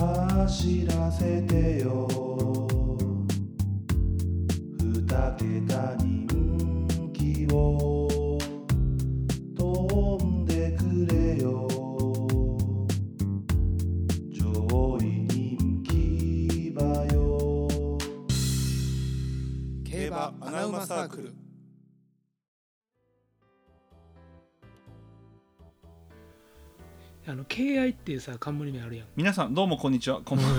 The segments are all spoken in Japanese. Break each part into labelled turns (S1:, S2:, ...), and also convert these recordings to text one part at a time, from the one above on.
S1: 走らせてよ二桁人気を飛んでくれよ上位人気馬よ
S2: 競馬アナウマサークル
S3: あの敬愛っていうさ冠にあるやん
S4: 皆さんどうもこんにちはこんばんは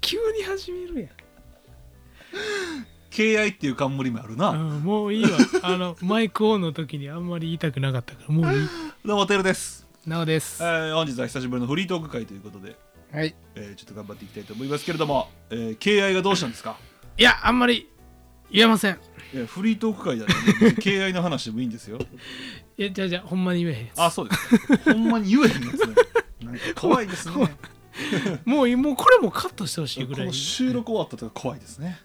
S3: 急に始める
S4: 敬愛っていう冠もあるな、
S3: やん、うん、もういいわ あのマイクオンの時にあんまり言いたくなかったからもういい
S4: どうもてるです、
S3: なおです
S4: えー本日は久しぶりのフリートーク会ということで、
S3: はい
S4: えーちょっと頑張っていきたいと思いますけれども、えー、敬愛がどうしたんですか
S3: いやあんまり言えません
S4: いやフリートーク会だ ね敬愛の話でもいいんですよ
S3: いやじゃあじゃあほんまに言えへんやつ
S4: あそうですかほんまに言えへんやつねなんか怖いですね
S3: もういいもうこれもカットしてほしいぐ
S4: こ
S3: らい
S4: の収録終わったとか怖いですね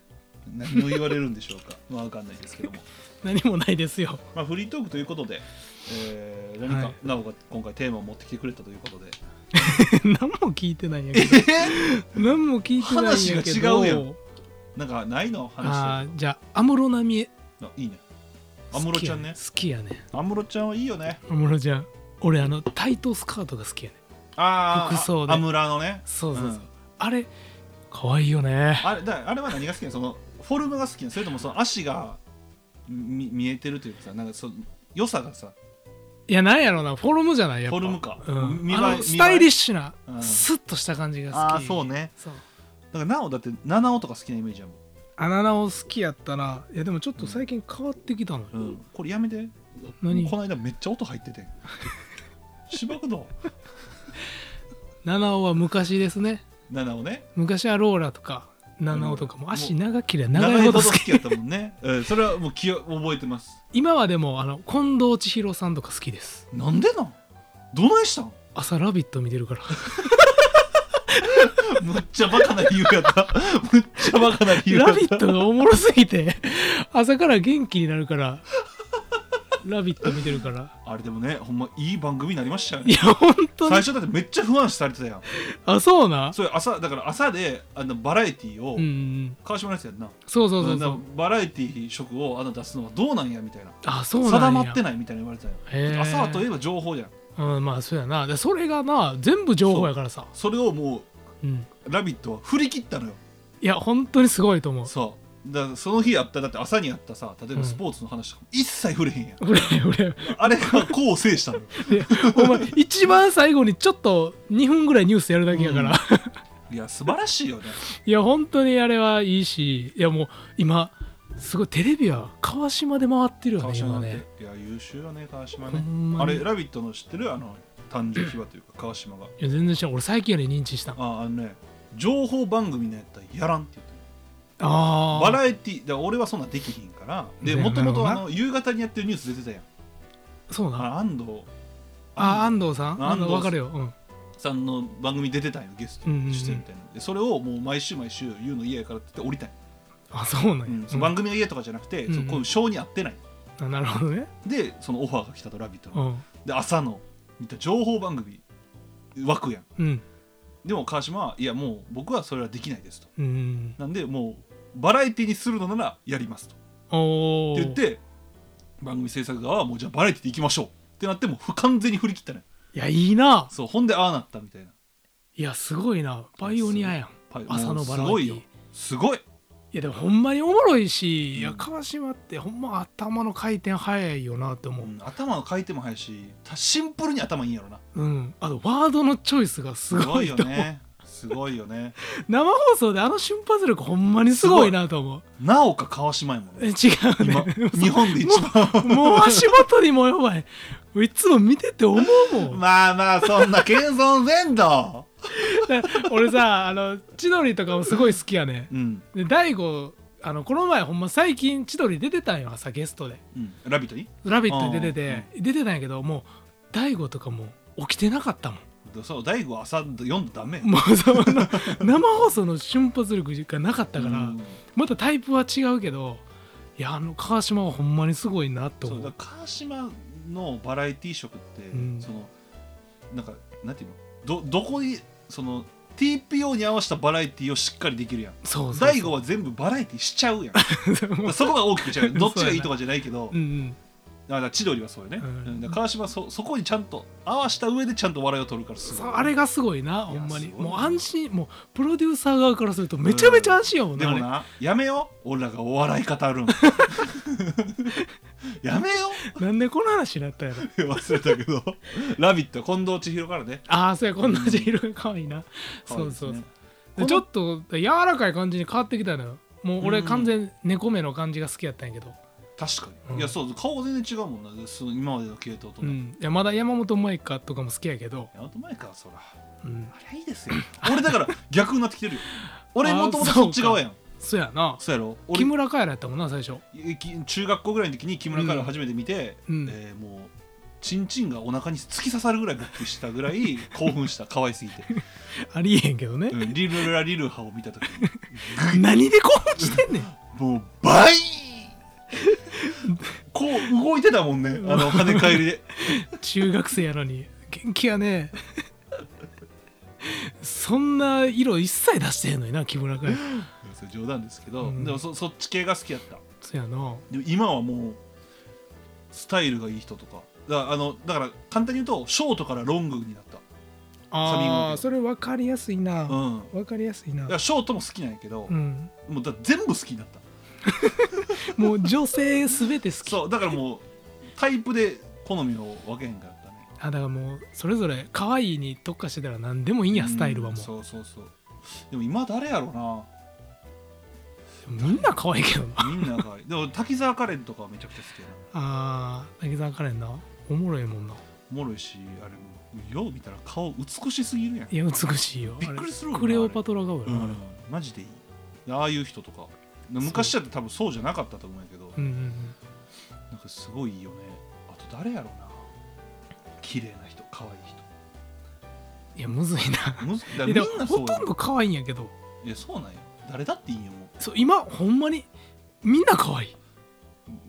S4: 何を言われるんでしょうかまあわかんないですけども
S3: 何もないですよ
S4: まあ、フリートークということで、えー、何
S3: は
S4: か
S3: い
S4: なおが今回テーマを持ってきてくれたということで、
S3: 何も聞いてないんやけど 何も聞いてないんやけ
S4: 話
S3: ど
S4: が違うやんなんかないの
S3: あ
S4: 話
S3: ーじゃあ安室奈美恵
S4: とかあいいね安室ちゃんね
S3: 好きやね
S4: 安室ちゃんはいいよね
S3: 安室ちゃん俺あのタイトスカートが好きやね
S4: あー
S3: 服装で
S4: 安室のね
S3: そうそうそ
S4: う
S3: う、
S4: ん
S3: あれ可愛いよね
S4: あれだあれは何が好きなのそのフォルムが好きなのそれともその足がみ見えてるというかさなんかその良さがさ
S3: いやなんやろうなフォルムじゃないやっぱ
S4: フォルムか
S3: うん
S4: 見栄え
S3: あ
S4: 見栄
S3: の
S4: え
S3: スタイリッシュな、
S4: うん
S3: スッとした感じが好き
S4: ああそうね
S3: そう
S4: だからなおだって七尾とか好きなイメージやもん、
S3: あななお好きやったないやでもちょっと最近変わってきたのよ、
S4: うん、これやめて
S3: 何
S4: この間めっちゃ音入って て芝生の
S3: 七尾は昔ですね
S4: 七尾ね
S3: 昔はローラとか七尾とかも
S4: うん
S3: 足長ければ
S4: 長
S3: 長
S4: い
S3: い
S4: ほ
S3: ほど
S4: ど
S3: 好
S4: 好
S3: き
S4: きやったもんね、うん、それはもう記憶覚えてます
S3: 今はでもあの近藤千尋さんとか好きです
S4: なんでなんどないしたん
S3: 朝「ラビット!」見てるから
S4: むっちゃバカな理由やったむっちゃバカな
S3: 「
S4: 理由や
S3: ラ
S4: った
S3: ビット!」がおもろすぎて朝から元気になるから「ラビット!」見てるから
S4: あれでもねほんまいい番組になりましたよ
S3: い
S4: ね
S3: や本当
S4: 最
S3: に
S4: 初だってめっちゃ不安視されてたやん
S3: あそうな
S4: それ朝だから朝であのバラエティーを、
S3: うんうん
S4: 川島のやつやんな
S3: そうそうそうそ
S4: だか
S3: う
S4: らバラエティー色をあの出すのはどうなんやみたいな
S3: あそうなんや
S4: 定まってないみたいな言われてた
S3: へ
S4: や
S3: ー
S4: ん朝はといえば情報じゃん
S3: うんまあそうやなでそれがな全部情報やからさ
S4: それをも
S3: う、ん、
S4: う「ラビット!」は振り切ったのよ
S3: いや本当にすごいと思う
S4: そうだからその日やっただって朝にやったさ例えばスポーツの話とかも一切触れへんやん、
S3: 俺俺
S4: あれが功を制した のよ
S3: お前一番最後にちょっと2分ぐらいニュースやるだけやから、
S4: うん
S3: い
S4: いや素晴らしいよね
S3: や本当にあれはいいしいやもう今すごいテレビは川島で回ってるよ
S4: 川
S3: ね
S4: 島な
S3: 今
S4: んて、
S3: ね
S4: いや優秀よね川島
S3: ほ
S4: ね
S3: んま
S4: あ
S3: に
S4: れ「ラビット!」の知ってるあの誕生秘話というか川島が
S3: いや全然知らん俺最近やね認知したあ
S4: ああのね情報番組のやったらやらんって言ってる
S3: あー
S4: バラエティだから俺はそんなんできひんからで
S3: ね
S4: もともと
S3: な
S4: あ
S3: るほど
S4: の夕方にやってるニュース出てたやん
S3: そうな
S4: あ安藤
S3: あ
S4: 安
S3: 安藤さん
S4: 安
S3: 安
S4: 藤
S3: 藤分かるよ、うん、
S4: 藤さんの番組出てたんよゲスト出演みたいな、でそれをもう毎週毎週言うの嫌やからって言って降りたんよ
S3: あそうなんや、
S4: うんその番組の家とかじゃなくて、
S3: うん
S4: そのこういう性に合ってない
S3: あなるほどね
S4: でそのオファーが来たと「ラビット!」
S3: う
S4: の、
S3: ん
S4: で朝の見た情報番組枠やん
S3: うん
S4: でも川島はいやもう僕はそれはできないですと
S3: うん
S4: なんでもうバラエティにするのならやりますと
S3: おお
S4: って言って番組制作側はもうじゃあバラエティでいきましょうってなってもう完全に振り切ったね
S3: いやいいな
S4: そうほんでああなったみたいない
S3: やすごいなパイオニアやん
S4: パイ
S3: 朝の
S4: もう
S3: バラエ
S4: す
S3: ティ
S4: ごいよすごい
S3: いやでもほんまにおもろいし、
S4: うん
S3: いや川島ってほんま頭の回転早いよなって思う
S4: うん頭の回転も速いしたシンプルに頭いいんやろな
S3: うん、あとワードのチョイスがす
S4: すご
S3: ご
S4: い
S3: い
S4: よ
S3: と思う、
S4: ねすごいよね
S3: 生放送であの瞬発力ほんまにすごいなと思う
S4: なおか川島やもんね
S3: え違う
S4: 今
S3: ね
S4: 日本で一番
S3: もう足元にもやばいいつも見てて思うもん
S4: まあまあそんな謙遜せんと
S3: だから 俺さあの千鳥とかもすごい好きやね
S4: うん、
S3: で大悟あのこの前ほんま最近千鳥出てたんよ朝ゲストで
S4: うん、ラビットに
S3: 「ラビット!」に出てて、出てたんやけどもう大悟とかもう起きてなかったもん
S4: そう大悟は朝読んだらダメや
S3: もうその 生放送の瞬発力がなかったから、
S4: うん
S3: またタイプは違うけどいやあの川島はほんまにすごいなと
S4: そう
S3: 思
S4: だ
S3: う
S4: から川島のバラエティー色って、
S3: うん
S4: そのなんかなんていうのどどこにその TPO に合わせたバラエティをしっかりできるやん
S3: そうそう
S4: 大悟は全部バラエティしちゃ うやんそこが大きく違うどっちがいいとかじゃないけど
S3: うんうん
S4: だから千鳥はそうよね、
S3: う
S4: うんん、だから川島はそそこにちゃんと合わした上でちゃんと笑いを取るからすごい
S3: そうあれがすごいないほ
S4: や
S3: んまに
S4: すごい
S3: もう安心もうプロデューサー側からするとめちゃめちゃ安心やもんね、
S4: でも
S3: あ
S4: なやめよ俺らがお笑い語 るんやめよ
S3: れなんでこの話になったんやろ
S4: 忘れたけど「ラビット!」近藤千尋からね
S3: ああそうやこんなじ色が可愛いな、そうそうそうでちょっと柔らかい感じに変わってきたのよもう俺
S4: うん
S3: 完全猫目の感じが好きやったんやけど、
S4: 確かに、
S3: うん
S4: いやそう顔全然違うもんなでその今までの系統と
S3: う
S4: ね、
S3: ん、いやまだ山本舞香とかも好きやけど、
S4: やっと前からそら
S3: うん、
S4: あれいい ですよ俺だから逆になってきてるよ俺もともとそっち側やん
S3: そうやな
S4: そうやろ
S3: 木
S4: 俺
S3: 村カエラやったもんな最初
S4: いき中学校ぐらいの時に木村カエラを初めて見て、
S3: うん
S4: えーもうチンチンがお腹に突き刺さるぐらいびっくりしたぐら い興奮した可愛すぎて、
S3: ありえへんけどね
S4: う、ん、リルラリルハを見た時に
S3: 何で興奮してんねん
S4: もう倍 こう動いてたもんねあの跳ね返りで
S3: 中学生やのに元気やねそんな色一切出してへんのにな木村君
S4: それ冗談ですけど、
S3: うん
S4: でもそそっち系が好きやった
S3: そうやな
S4: でも今はもうスタイルがいい人とかだからあのだから簡単に言うとショートからロングになっ
S3: あー
S4: サビの
S3: それ分かりやすいな
S4: た、うん、
S3: 分かりやすいない
S4: やショートも好きなんやけど
S3: う、ん、
S4: もうだ全部好きになった
S3: もう女性すべて好き
S4: そうだからもうタイプで好みを分けへんかったね
S3: あだからもうそれぞれ可愛いに特化してたら何でもいいんやスタイルは
S4: ん
S3: もう
S4: そうそうそうでも今誰やろう
S3: みんな可愛いけどな
S4: なみんながでも滝沢カレンとかはめちゃくちゃ好きやな
S3: あー滝沢カレンなおもろいもんな
S4: おもろいしあれもよう見たら顔美しすぎるやん、
S3: いや美しいよ
S4: びっくりするわ
S3: あれクレオパトラ顔やなあれ
S4: マジでいいああいう人とか昔だって多分そうじゃなかったと思うんやけど
S3: うんうんうん
S4: なんかすごいいいよねあと誰やろうな綺麗な人可愛い 人
S3: いやむずいな
S4: むずだから
S3: い
S4: み
S3: や
S4: ん
S3: で
S4: な
S3: も
S4: そう
S3: ほ
S4: や
S3: とんど可愛いんやけど
S4: いやそうなんや誰だっていいよも
S3: そう今ほんまにみんな可愛い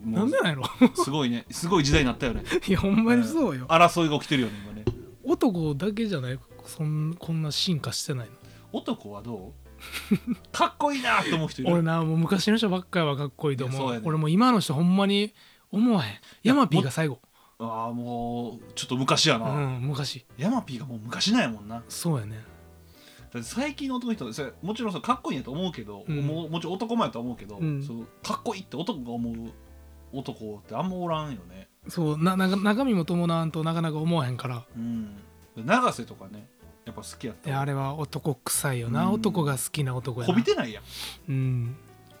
S3: う
S4: も
S3: な
S4: うん
S3: でなんやろ
S4: すごいねすごい時代になったよね
S3: いやほんまにそうよ
S4: 争いが起きてるよね今ね
S3: 男だけじゃないそんこんな進化してない
S4: 男はど うかっこいいなと思う人い
S3: の俺
S4: る
S3: なもう昔の人ばっかりはかっこいいと
S4: いやそ
S3: 思
S4: う
S3: う
S4: やね
S3: 俺もう今の人ほんまに思わへんヤマピーが最後
S4: ああもうちょっと昔や
S3: う
S4: な、
S3: ん昔
S4: ヤマピーがもう昔なんやもんな
S3: そうやね
S4: だって最近の男の人それもちろんそうかっこいいんやと思うけど、
S3: うん
S4: もうもちろん男前やと思うけど、
S3: うん
S4: そのかっこいいって男が思う男ってあんまおらんよね
S3: そうなな中身も伴わんとなかなか思わへんから
S4: うん永瀬とかねやっぱ好きやっ
S3: い
S4: た
S3: やあれは男臭いよな、
S4: うん
S3: 男が好きな男やな
S4: こびてないやん
S3: うん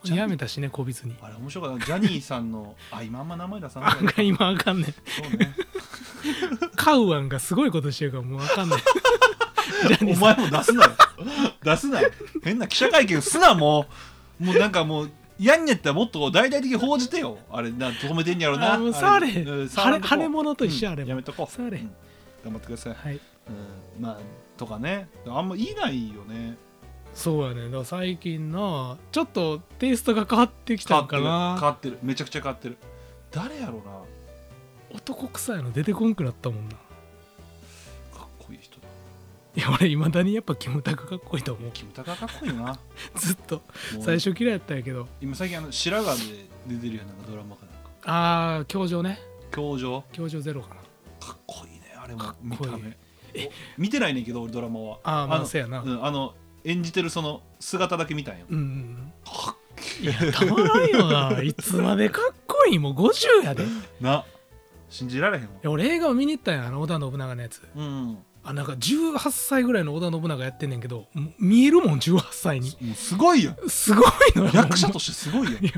S3: やめたしねこびずに
S4: あれ面白かったジャニーさんのあ今あんま名前出さな
S3: あ
S4: い
S3: かん今あかんねん
S4: そうね
S3: カウアンがすごいことしてるからもうあかんね んジャ
S4: お
S3: ニーさん
S4: 前も出すなよ出すなよ変な記者会見すなもうもうなんかもうやんやったらもっと大々的に報じてよあれな止めてんやろな
S3: あもう
S4: あ
S3: 触れへん
S4: うん
S3: 腫
S4: 触
S3: れ
S4: んとこ
S3: 腫れ物と一緒
S4: うん
S3: あれも
S4: やめとこう
S3: 触れへん
S4: うん頑張ってください、
S3: はい
S4: うん、まあとかねあんま言いないよね
S3: そうやねだから最近なちょっとテイストが変わってきたんか
S4: 変わ
S3: な
S4: ってる変わってるめちゃくちゃ変わってる誰やろうな
S3: 男臭いの出てこんくなったもんな
S4: かっこいい人だ
S3: いや俺いまだにやっぱキムタクかっこいいと思う
S4: キムタクはかっこいいよな
S3: ずっと
S4: もう
S3: 最初嫌いやったんやけど
S4: 今最近あの白髪で出てるやんなんかドラマかなんか
S3: ああ教場ね
S4: 教場
S3: 教場ゼロかな
S4: かっこいいねあれも
S3: かっこい
S4: 見
S3: い
S4: た目見てないねんけど俺ドラマは
S3: あーまあ
S4: の
S3: そうやな
S4: うんあの演じてるその姿だけ見たんよ
S3: うんうん
S4: かっ
S3: うんいやたまらんよ ないつまでかっこいいもう50やでい
S4: な信じられへんわ
S3: や俺映画を見に行ったんやあの織田信長のやつ
S4: うんも
S3: あなんか18歳ぐらいの織田信長やってんねんけどもう見えるもん18歳に
S4: うすごいやん
S3: すごいのよ
S4: 役者としてすごいやんい
S3: い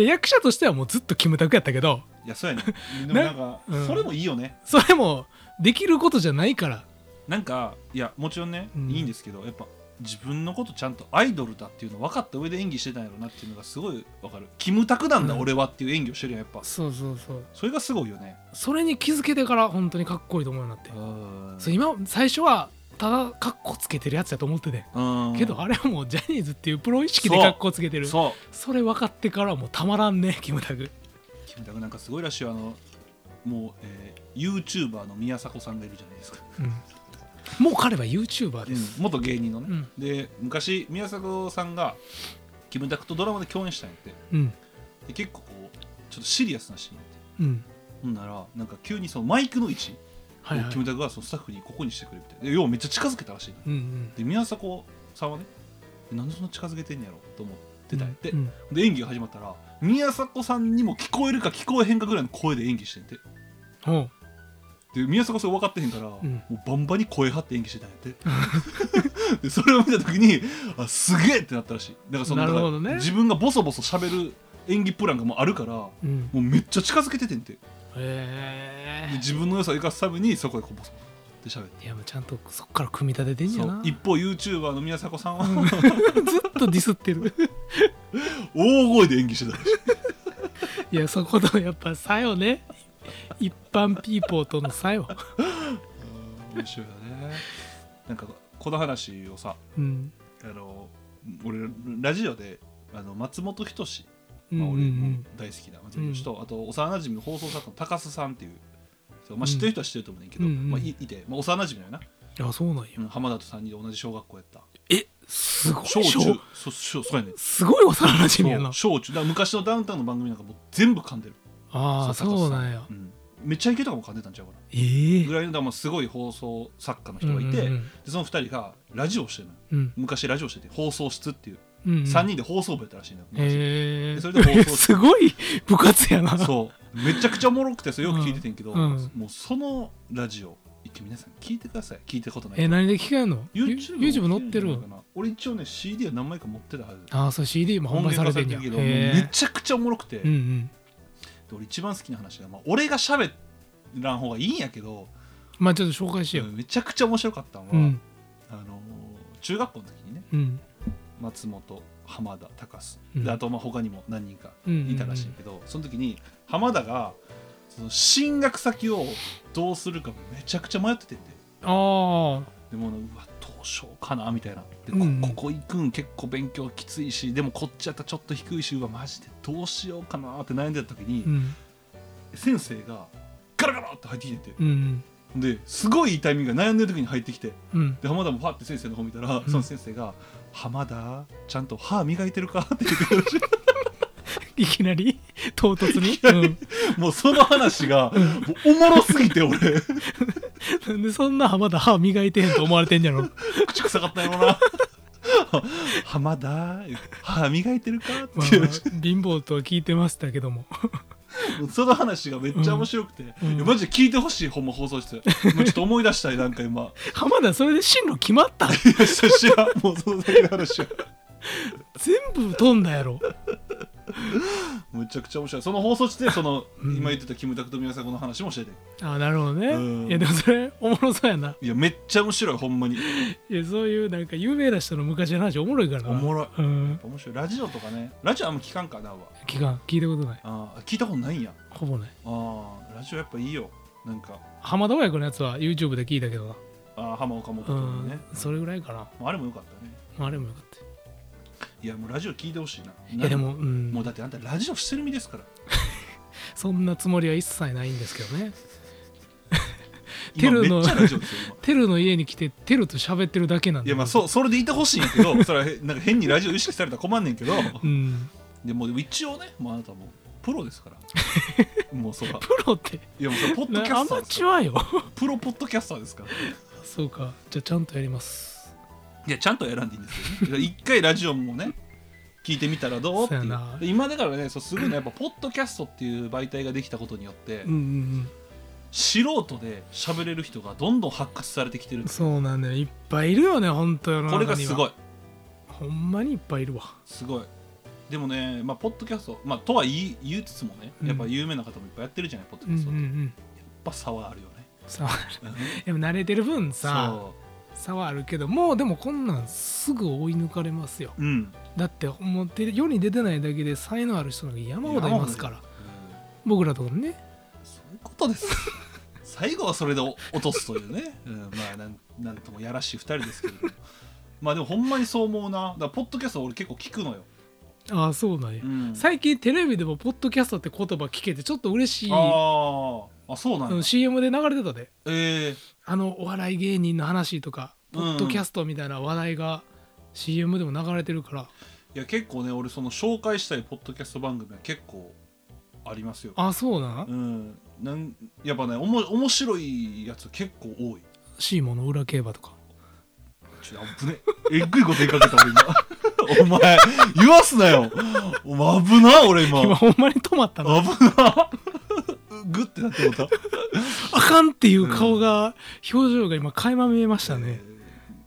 S3: や役者としてはもうずっとキムタクやったけど
S4: やそうやね んでもなんか
S3: うん
S4: それもいいよね
S3: それもできることじゃないから
S4: なんかいやもちろんね
S3: うん
S4: いいんですけどやっぱ自分のことちゃんとアイドルだっていうの分かった上で演技してたんやろなっていうのがすごい分かるキムタクなんだ
S3: うん
S4: 俺はっていう演技をしてるやんやっぱ
S3: そうそうそう
S4: それがすごいよね
S3: それに気づけてから本当にかっこいいと思うようになって
S4: うん
S3: そう今最初はただかっこつけてるやつやと思っててけどあれはもうジャニーズっていうプロ意識で
S4: そう
S3: かっこつけてるそ
S4: そう
S3: れ分かってからもうたまらんねキムタク
S4: キムタクなんかすごいらしいよあのもう、えー、YouTuber の宮迫さんがいるじゃないですか
S3: うんもう彼は YouTuber
S4: う
S3: で
S4: ん
S3: す、
S4: 元芸人のね、
S3: うん
S4: で昔宮迫さんがキムタクとドラマで共演したんやって
S3: うん
S4: で結構こうちょっとシリアスなシーンやって
S3: うん
S4: ほんならなんか急にそのマイクの位置
S3: はいは
S4: を
S3: い
S4: キムタクがそのスタッフにここにしてくれみたいなで要はめっちゃ近づけたらしいのよ
S3: うんうん
S4: で宮迫さんはねえなんでそんな近づけてんねやろと思ってたんやって、
S3: うん
S4: で演技が始まったら宮迫さんにも聞こえるか聞こえへんかぐらいの声で演技してんて
S3: ほう
S4: で宮迫さん分かってへんから、
S3: ん
S4: もうバンバンに声張って演技してたんやって でそれを見た時にあすげえってなったらしいだからその
S3: なるほど
S4: だ
S3: ね
S4: から自分がボソボソ喋る演技プランがもうあるからも
S3: うん
S4: うめっちゃ近づけててんてで
S3: へえ
S4: 自分の良さを生かすためにそこでこうボソボソって喋って
S3: いやもうちゃんとそっから組み立ててんじ
S4: そ
S3: ゃ
S4: う
S3: な
S4: 一方 YouTuber の宮迫さんは
S3: ずっとディスってる
S4: 大声で演技してたらしい
S3: いやそことやっぱ差よね一般ピーポーとの差よ、
S4: 面白いよねなんかこの話をさ
S3: うん、
S4: あの俺ラジオであの松本人志、
S3: うんう
S4: まあ、
S3: んう
S4: 俺も
S3: ん
S4: 大好きな松本人志と、あと幼馴染の放送作家の高須さんっていうそう、まあ、知ってる人は知ってると思うねんけど、
S3: うんうん
S4: まあ、いいて、まあ、幼馴染だよな、
S3: いやそうなんや
S4: うん浜田と3人で同じ小学校やった
S3: えすごい
S4: 小中
S3: 小
S4: そそうそうやねん
S3: すごい幼なじみや
S4: そ
S3: な
S4: う小中だから昔のダウンタウンの番組なんかもう全部噛んでる
S3: ああ
S4: そう高須さ
S3: そうなんや
S4: うんめっちゃイケとかも噛んでたんちゃうかな
S3: ええ
S4: ぐらいのだからまあすごい放送作家の人がいて、
S3: うん
S4: で
S3: うん
S4: その2人がラジオをしてるのよ
S3: うん
S4: 昔ラジオしてて放送室っていう、
S3: うんうん
S4: 3人で放送部やったらしいのよ、昔
S3: へえ
S4: でそれで放送
S3: すごい部活やな
S4: そうめちゃくちゃおもろくてそれよく聞いててんけど、
S3: うんうん
S4: もうそのラジオ一回皆さん聞いてください聞いたことない
S3: え何で聞けんの
S4: YouTube,
S3: YouTube 載ってる
S4: かな俺一応ね CD は何枚か持ってたはず
S3: ああそう CD も販売されてんや
S4: 音源化されてるけどもうめ
S3: へ
S4: ちゃくちゃおもろくて、
S3: えうんう
S4: で
S3: ん
S4: 俺一番好きな話が、まあ、俺が喋らん方がいいんやけど、
S3: まあちょっと紹介しよ
S4: めちゃくちゃ面白かったのは、
S3: ううん
S4: あのー中学校の時にね
S3: うん
S4: 松本浜田高須、
S3: うん
S4: であとまあ他にも何人か
S3: うん
S4: いたらしいけど、その時に浜田がその進学先をどうするかめちゃくちゃ迷っててんで
S3: ああ
S4: でもううわどうしようかなみたいなでこ
S3: うん
S4: ここ行くん結構勉強きついしでもこっちやったらちょっと低いしうわマジでどうしようかなって悩んでた時に、
S3: うん
S4: 先生がガラガラって入ってきてて
S3: うん
S4: ですごい痛みが悩んでる時に入ってきて
S3: うん
S4: で浜田もパッて先生の方見たら、
S3: ん
S4: その先生が「浜田ちゃんと歯磨いてるか?」って言ってくれるし
S3: いきなり唐突に、うん、
S4: もうその話がもうおもろすぎて俺
S3: なんでそんな浜田歯磨いてへんと思われてんや ろ
S4: 口臭かったよな「浜田歯磨いてるか?」って
S3: まあ
S4: いう、
S3: 貧乏とは聞いてましたけども
S4: もうその話がめっちゃ面白くて、
S3: うん
S4: いやマジで聞いてほしいほんま放送室もうちょっと思い出したいなんか今い
S3: 浜田それで進路決まった
S4: や知らんもうその先の話は
S3: 全部飛んだやろ
S4: むちゃくちゃ面白いその放送室でその、
S3: うん
S4: 今言ってたキムタクと宮迫の話もしてて
S3: ああなるほどね、
S4: うん
S3: いやでもそれおもろそうやない
S4: やめっちゃ面白いほんまに
S3: いやそういうなんか有名な人の昔の話おもろいからな
S4: おもろい
S3: うん
S4: 面白いラジオとかねラジオあんま聞かんかなは
S3: 聞かん聞いたことない
S4: あー聞いたことないんや
S3: ほぼない
S4: あーラジオやっぱいいよなんか
S3: 浜田親子のやつは YouTube で聞いたけどな
S4: あー浜岡も
S3: う
S4: と
S3: ん、
S4: ね、
S3: それぐらいかな
S4: まああれもよかったね
S3: まああれもよかった
S4: いやもうラジオ聞いてほしいない
S3: やでも、うん、
S4: もうだってあんたラジオしてる身ですから
S3: そんなつもりは一切ないんですけどねテ
S4: 今
S3: ル
S4: め
S3: の
S4: っちゃラジオですよ今
S3: テルの家に来てテルと喋ってるだけなん
S4: い
S3: で
S4: やまあそうそれでいてほしいんやけ どそれはへなんか変にラジオ意識されたら困んねんけど
S3: うん
S4: でもでも一応ねもうあなたもうプロですからもうそら
S3: プロって
S4: いやもうそれポッド
S3: な
S4: キャ
S3: ア
S4: スター
S3: マ
S4: です
S3: チ
S4: か
S3: ュアよ
S4: らプロポッドキャスターですから
S3: そうかじゃあちゃんとやります
S4: いやちゃんと選んでいいんですけどね一回ラジオもね聞いてみたらどうってい
S3: そう
S4: う
S3: やな
S4: で今だからねそうすごいのはやっぱポッドキャストっていう媒体ができたことによって、
S3: うんうん
S4: 素人で喋れる人がどんどん発掘されてきてるん
S3: うん
S4: です
S3: そうなんだよいっぱいいるよね本当世の
S4: これが
S3: 中に
S4: す
S3: は
S4: ごい
S3: ほんまにいっぱいいるわ
S4: すごいでもねまあポッドキャストまあとは言い言いつつもね
S3: うん
S4: やっぱ有名な方もいっぱいやってるじゃないポッド
S3: う
S4: キ
S3: ん
S4: ャ
S3: うん
S4: ス
S3: う
S4: トって、やっ
S3: ん
S4: ぱ差はあるよね
S3: さあでも慣れてる分 さ
S4: そ
S3: 差はあるけどもうでもこんなんすぐ追い抜かれますよ
S4: ううん
S3: だってもうて世に出てないだけで才能ある人なんか山ほどいますから
S4: うん
S3: 僕らとかもね
S4: そういうことです最後はそれで落とすという ね、うん、まあなんなんともやらしい2人ですけれどもまあでもほんまにそう思うなだからポッドキャスト俺結構聞くのよ、
S3: ああそうなんや、
S4: うん、
S3: 最近テレビでもポッドキャストって言葉聞けてちょっと嬉しい
S4: あーああそうなん
S3: う
S4: や
S3: ん、CM で流れてたで
S4: え
S3: あのお笑い芸人の話とか
S4: うん
S3: ポッドキャストみたいな話題が CM でも流れてるから、
S4: ーいや結構ね俺その紹介したいポッドキャスト番組は結構ありますよ
S3: あそうな
S4: うんんなんやっぱねおも面白いやつ結構多い
S3: シーモの裏競馬とか
S4: ちょっと危ねええっぐいこと言いかけた俺今 お前言わすなよお前危な俺今
S3: 今ほんまに止まったの
S4: 危な グッてなってもうた
S3: あかんっていう顔が、表情が今垣間見えましたね、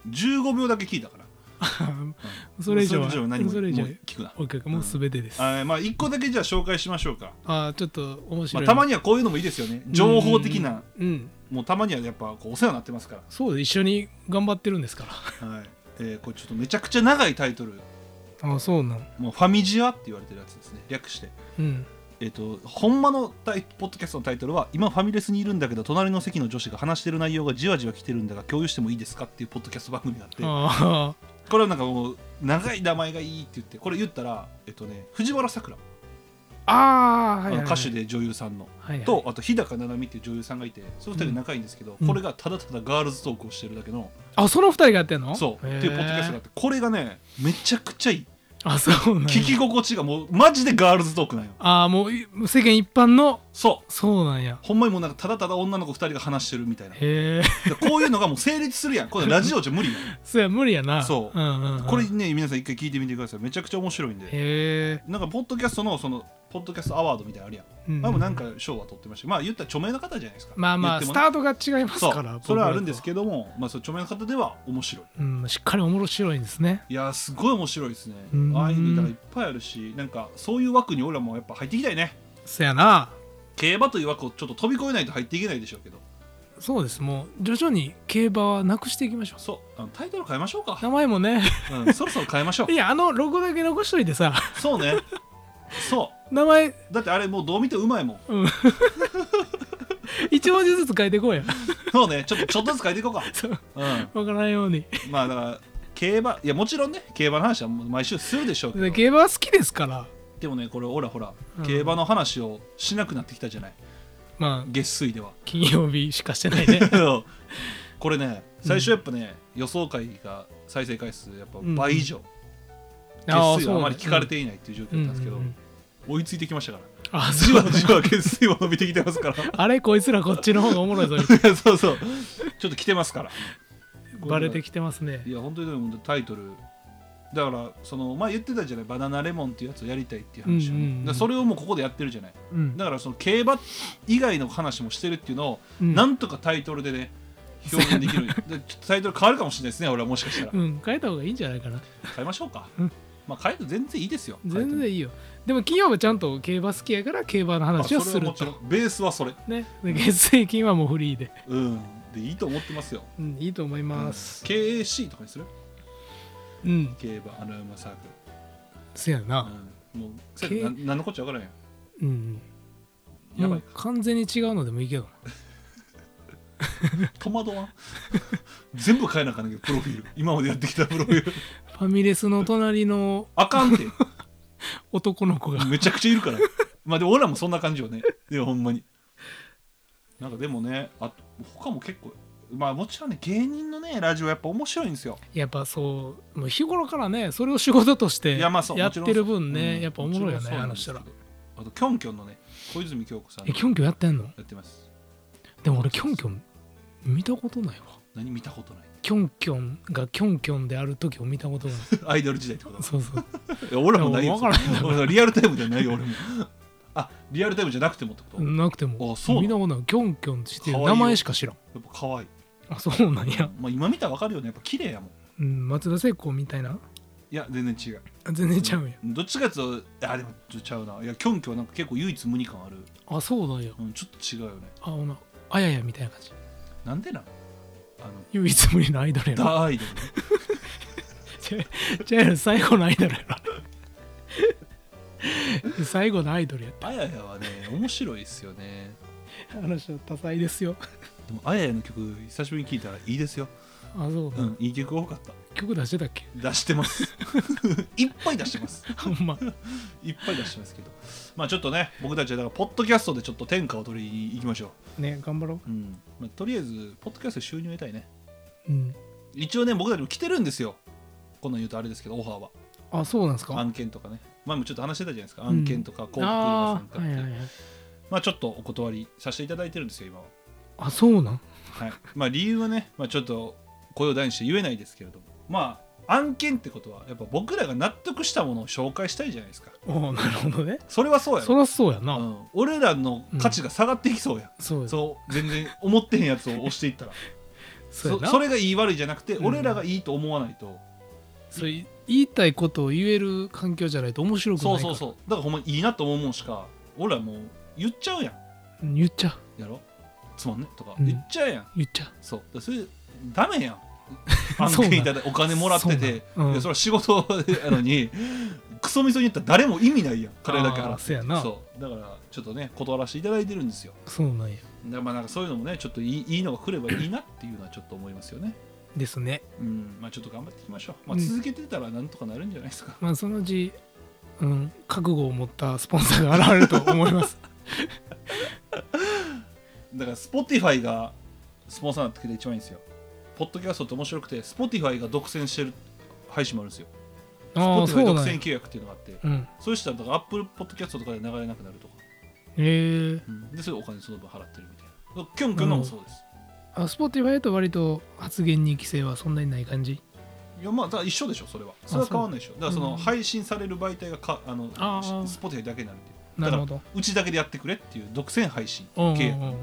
S4: 15秒だけ聞いたから
S3: それ以上は
S4: それ以上は何も
S3: それ以上
S4: もう聞くな
S3: OK もう全てです、
S4: あーまあ1個だけじゃあ紹介しましょうか、
S3: あーちょっと面
S4: ま
S3: 白
S4: あ、
S3: い、
S4: たまにはこういうのもいいですよね情報的な
S3: うん、うん
S4: もうたまにはやっぱこうお世話になってますか
S3: そうです一緒に頑張ってるんですから
S4: ら、はいえーこれちょっとめちゃくちゃ長いタイトル
S3: ああそうなん
S4: もうファミジアって言われてるやつですね略して
S3: うん
S4: えっ、とほんまのタイポッドキャストのタイトルは今ファミレスにいるんだけど隣の席の女子が話してる内容がじわじわ来てるんだが共有してもいいですかっていうポッドキャスト番組があって
S3: ああ
S4: これはなんかもう長い名前がいいって言ってこれ言ったらえっとね藤原さくら
S3: ああ
S4: あ
S3: はい、
S4: の
S3: はい、
S4: 歌手で女優さんの、
S3: はいはい
S4: とあと日高七海っていう女優さんがいてその二人仲いいんですけど、
S3: うん
S4: これがただただガールズトークをしてるだけの、
S3: あその二人がやってんの
S4: そうっていうポッドキャストがあ
S3: へ
S4: ってこれがねめちゃくちゃいい
S3: ーあそうなんや
S4: 聞き心地がもうマジでガールズトークなんよ
S3: ああもうい世間一般の
S4: そう
S3: そうなんや
S4: ほんまにもうなんかただただ女の子二人が話してるみたい な
S3: へえ
S4: でこういうのがもう成立するやんこれラジオじゃ無理やん
S3: そや無理やな
S4: そう
S3: うんうんうん
S4: これね皆さん一回聞いてみてくださいめちゃくちゃ面白いんで
S3: へえ
S4: なんかポッドキャストのそのポッドキャストアワードみたいなのあるやん
S3: う
S4: まあ、でもなんか賞は取ってましたまあ言ったら著名な方じゃないですか
S3: まあま
S4: 言
S3: あ
S4: っ
S3: ス
S4: て
S3: タ
S4: もね
S3: ートが違います
S4: そ
S3: か
S4: う
S3: ら
S4: それはあるんです
S3: け
S4: けども、まあ、そう著名な方では面白い
S3: ど、うん、しっかり面白いんですね
S4: いやーすごい面白いですね
S3: うん
S4: ああいうのだからいっぱいあるしなんかそういう枠に俺らもやっぱ入っていきたいね
S3: そやな
S4: 競馬という枠をちょっと飛び越えないと入っていけないでしょうけど
S3: そうですもう徐々に競馬はなくしていきまし ょ
S4: そうあのタイトル変えましょうか
S3: う、名前もね
S4: うん、そろそろ変えましょう
S3: いやあのロゴだけ残しといてさ
S4: そうねそ
S3: 名前
S4: うだってあれもうどう見てもうまいもん
S3: 一文字ずつ変えていこうや
S4: そうねちょっとちょっとずつ変えていこうか
S3: そう
S4: うん
S3: 分からんように
S4: まあだから競馬いやもちろんね競馬の話はもう毎週するでしょうけど
S3: で競馬は好きですから
S4: でもねこれほらほら
S3: うん
S4: 競馬の話をしなくなってきたじゃない
S3: まあ
S4: 月水では
S3: 金曜日しかしてな いね
S4: これね最初やっぱね、予想会が再生回数やっぱ倍以上、
S3: あ
S4: 月水はあまり聞かれ
S3: い
S4: ていないっていう状況だったんですけど、追いついてきましたから
S3: あ
S4: じ
S3: そう
S4: わじわ月水も伸びてきてますから
S3: あれこいつらこっちの方がおもろいぞ
S4: いや そうそうちょっと来てますから
S3: バレてきてますね
S4: いや本当にでも本当にタイトルだからその前言ってたじゃないバナナレモンっていうやつをやりたいっていう話をね、
S3: うんうんう
S4: だ
S3: ん
S4: からそれをもうここでやってるじゃない
S3: うん
S4: だからその競馬以外の話もしてるっていうのを、
S3: うん
S4: なんとかタイトルでね表現できるでちょっとタイトル変わるかもしれないですね俺はもしかしたら
S3: うん変えた方がいいんじゃないかな
S4: 変えましょうか
S3: うん
S4: まあ変えると全然いいですよ
S3: 全
S4: いい
S3: 然いいよでも金曜はちゃんと競馬好きやから競馬の
S4: 話
S3: 話を
S4: は
S3: す
S4: す
S3: る
S4: る
S3: と
S4: ベースはそれ
S3: ねで月税金はもうフリーで、
S4: うんでいいと思ってますよ
S3: うん、いいと思います、
S4: KAC とかにする
S3: うん
S4: 競馬アナウマサーク
S3: せや
S4: ル、
S3: な
S4: うん、もうそれ
S3: K-
S4: な何のこっちゃ分からんやん
S3: うん、
S4: やば
S3: も
S4: いう
S3: 完全に違うのでもいいけどな
S4: 戸惑わん 全部変えなあかんねんけどプロフィール今までやってきたプロフ ィール
S3: ファミレスの隣の
S4: あかんって
S3: 男の子が
S4: めちゃくちゃいるからまあでも俺らもそんな感じよねいやほんまになんかでもねあ他も結構まあもちろんね芸人のねラジオやっぱ面白いんですよ
S3: やっぱそうもう日頃からねそれを仕事として
S4: い
S3: や
S4: やまあそうも
S3: っ
S4: ちろん
S3: てる分
S4: う
S3: ね
S4: ん
S3: やっぱおもろいよね
S4: ち
S3: あ
S4: ん
S3: の
S4: です
S3: 人
S4: けど
S3: ら
S4: あとキョンキョンのね小泉今日子さん
S3: え
S4: や
S3: キョンキョンやってんの
S4: ってます
S3: でも俺キョンキョン見たことないわ
S4: 何見たことない
S3: キョンキョンがキョンキョンである時を見たことがない
S4: アイドル時代ってこと
S3: そうそう
S4: いや俺らもないよ
S3: いやもう分からへん
S4: 俺ら リアルタイムじゃないよ俺もあリアルタイムじゃなくてもってこと、やっ
S3: なくても
S4: あそうなの
S3: 見たことないキョンキョンっていう
S4: 可愛いよ
S3: 名前しか知らん
S4: ぱ可愛い
S3: あそうなんや、
S4: まあ、今見たら分かるよねやっぱ綺麗やもん
S3: うん、松田聖子みたいない
S4: や全然違う
S3: あ全 然ちゃうんや、
S4: どっちかっていうとあでもちょっとちゃうないやキョンキョンなんか結構唯一無二感ある、
S3: あそうなんや
S4: うん、ちょっと違うよね
S3: あほなあややみたいな感じ
S4: なんでなんあの
S3: 唯一無二のアイドルやろ
S4: ダーアイドルね
S3: ちゃちゃうやろ 最後のアイドルやろ最後のアイドルや
S4: あややはね面白いっすよね
S3: あの人多彩ですよ
S4: でもあややの曲久しぶりに聴いたらいいですよ
S3: あそう、
S4: うんいい曲多かった
S3: 曲出してたっ け
S4: 出してます いっぱい出してます
S3: ほんま
S4: いっぱい出してますけどまあちょっとね僕たちはだからポッドキャストでちょっと天下を取りに行きましょ
S3: ね頑張ろ
S4: う、うんまあ、とりあえずポッドキャストで収入得たいね
S3: ううん
S4: 一応ね僕たちも来てるんですよこんなん言うとあれですけどオファーは
S3: あそうなんですか
S4: 案件とかね前もちょっと話してたじゃないですか、
S3: ん
S4: 案件とか広告とか
S3: あ
S4: 参加って
S3: あはいはいはい
S4: まあちょっとお断りさせていただいてるんですよ今は
S3: あそうなん
S4: はい、まあ理由はね、まあ、ちょっと声を大にして言えないですけれどもまあ案件ってことはやっぱ僕らが納得したものを紹介したいじゃないですか
S3: ああなるほどね
S4: それはそうや
S3: そ
S4: ろ、
S3: らそうやな、
S4: うん、俺らの価値が下がっていきそうや、
S3: そうや
S4: そう全然思ってへんやつを押していったら
S3: そうや
S4: そ
S3: な
S4: それがいい悪いじゃなくて
S3: うん
S4: 俺らがいいと思わないと、
S3: そうい言いたいことを言える環境じゃないと面白くな
S4: そ
S3: いか
S4: うそう
S3: ら
S4: そうだからほんまにいいなと思うもんしか俺らもう言っちゃうやん
S3: うん言っちゃう
S4: やろつまんねとか
S3: うん
S4: 言っちゃうやん、
S3: 言っちゃう
S4: そうだからそれダメや ん案
S3: そうなん
S4: 件いただいお金もらってて
S3: そうなんうん
S4: いやそれは仕事 やのにクソみそに言ったら誰も意味ないやん彼だけ払
S3: あー
S4: っ
S3: そうや
S4: て
S3: な
S4: そうだからちょっとね断らせていただいてるんですよ
S3: そうなんや
S4: だからまあなんかそういうのもねちょっといいいいのが来ればいいなっていうのはちょっと思いますよね
S3: ですね
S4: うんまあちょっと頑張っていきましょう、ま
S3: う
S4: あ、
S3: ん
S4: 続けてたらなんとかなるんじゃないですか、
S3: まあそのうち、うん、覚悟を持ったスポンサーが現れると思います
S4: だから Spotify がスポンサーになってくれて一番いいんですよポッドキャストって面白くて Spotify が独占してる配信もあるんですよ
S3: ああそ
S4: Spotify
S3: う
S4: 独
S3: なんや
S4: 占契約っていうのがあって
S3: うん
S4: そうしたらだから Apple ポッドキャストとかで流れなくなるとか
S3: ええ
S4: でそれお金その分払ってるみたいなキョン君のもそうです、
S3: あスポティファイと割と発言に規制はそんなにない感じ
S4: いやまあだから一緒でしょそれはそれは変わんないでしょだからその
S3: うん
S4: 配信される媒体がかあの
S3: あー
S4: スポティファイだけになるっていう
S3: なるほど
S4: うちだけでやってくれっていう独占配信
S3: うんうん
S4: 系
S3: うん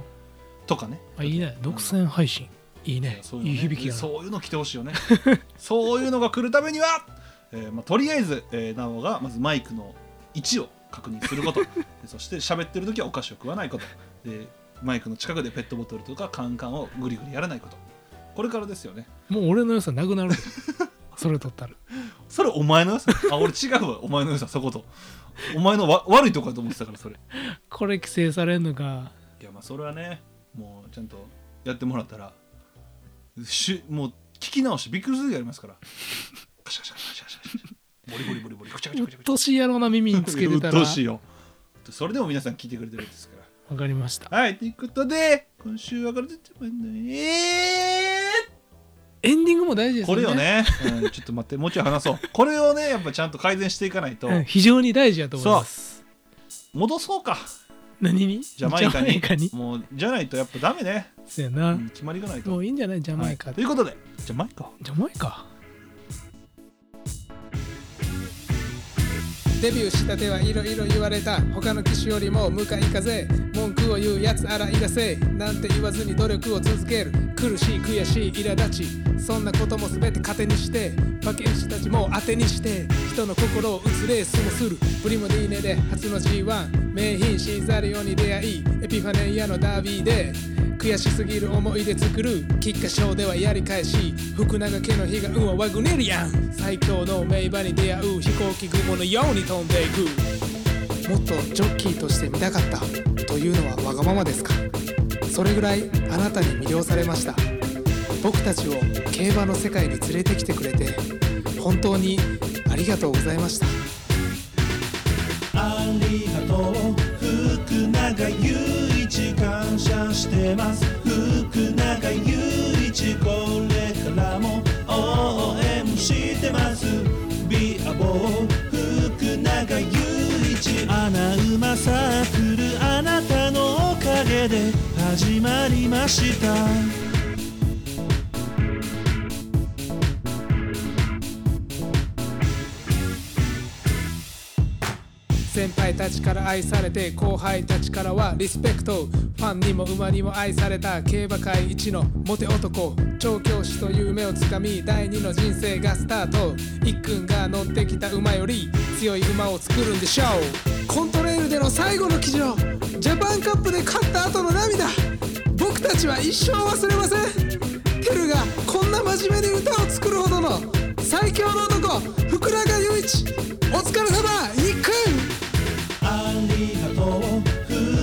S4: とかね
S3: あいいね独占配信いいね
S4: そういうの
S3: い
S4: ね
S3: い響きが
S4: そういうの来てほしいよね そういうのが来るためには、えーまあ、とりあえず、えー、ナオがまずマイクの位置を確認する ことでそして喋ってる時はお菓子を食わないことでマイクの近くでペットボトルとかカンカンをグリグリやらないことこれからですよね
S3: もう俺の良さなくなるそれ取ったら
S4: それお前の良さあ俺違うわお前の良さそことお前のわ悪いとこだと思ってたからそれ
S3: これ規制されんのか
S4: いやまあそれはねもうちゃんとやってもらったらしもう聞き直してびっくりするやりますからカシャカシャカシャカシャカシャボリボリボリボリくちゃくちゃ
S3: う
S4: くちゃ
S3: っ
S4: くちゃ
S3: とうしいやろうな耳につけてたら
S4: うっとうしい
S3: わ
S4: よそれでも皆さん聞いてくれてるんですから
S3: かりました
S4: はい、ということで、今週はこれでちょっとえ
S3: エンディングも大
S4: ー
S3: 事です
S4: こ
S3: よ
S4: れ
S3: ね
S4: よね、うん、ちょっと待って、もうちょい話そう。これをね、やっぱちゃんと改善していかないと、
S3: うん非常に大事だと思います
S4: 戻そうか、
S3: 何に
S4: ジャマイカに。
S3: ジャマイカ
S4: もう、じゃないとやっぱダメね。
S3: そうやな、
S4: うん、決まりがないと。
S3: もういいんじゃないジャマイ
S4: は
S3: カ
S4: いということで、ジャマイカ。
S3: ジャマイカ
S2: デビューしたてはいろいろ言われた他の機種よりも向かい風文句を言うやつ洗い出せなんて言わずに努力を続ける苦しい悔しい苛立ちそんなことも全て糧にして馬券師たちも当てにして人の心を打つレースもするプリモディーネで初の G1 名品シーザリオに出会いエピファネイアのダービーで悔しすぎる思い出作る菊花賞ではやり返し福永家の悲願はワグネリアン最強の名馬に出会う飛行機雲のように飛んでいくもっとジョッキーとして見たかったというのはわがままですかそれぐらいあなたに魅了されました僕たちを競馬の世界に連れてきてくれて本当にありがとうございました
S1: ありがとう福永祐一感謝してます福永祐一これからも応援してますビアボー福永祐一穴馬サークルあなたのおかげで始まりました
S2: 先輩たちから愛されて後輩たちからはリスペクトファンにも馬にも愛された競馬界一のモテ男調教師という目をつかみ第二の人生がスタート一君が乗ってきた馬より強い馬を作るんでしょうコントレールでの最後の騎乗ジャパンカップで勝った後の涙僕たちは一生忘れませんテルがこんな真面目に歌を作るほどの最強の男福永祐一お疲れ様一君
S1: ありがとう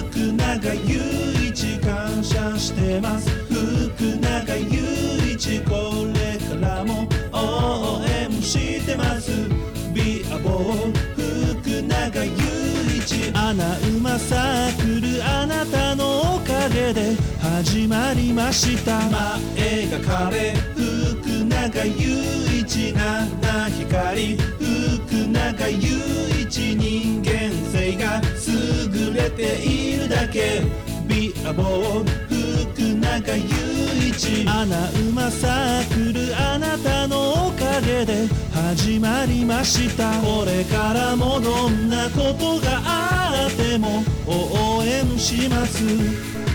S1: 福永祐一感謝してます福永祐一これ応援してますビアボー福永祐一アナウマサークルあなたのおかげで始まりました前が彼福永祐一七光福永祐一人間性が優れているだけビアボー福永祐一アナウマサークルあなたのおかげで始まりましたこれからもどんなことがあっても応援します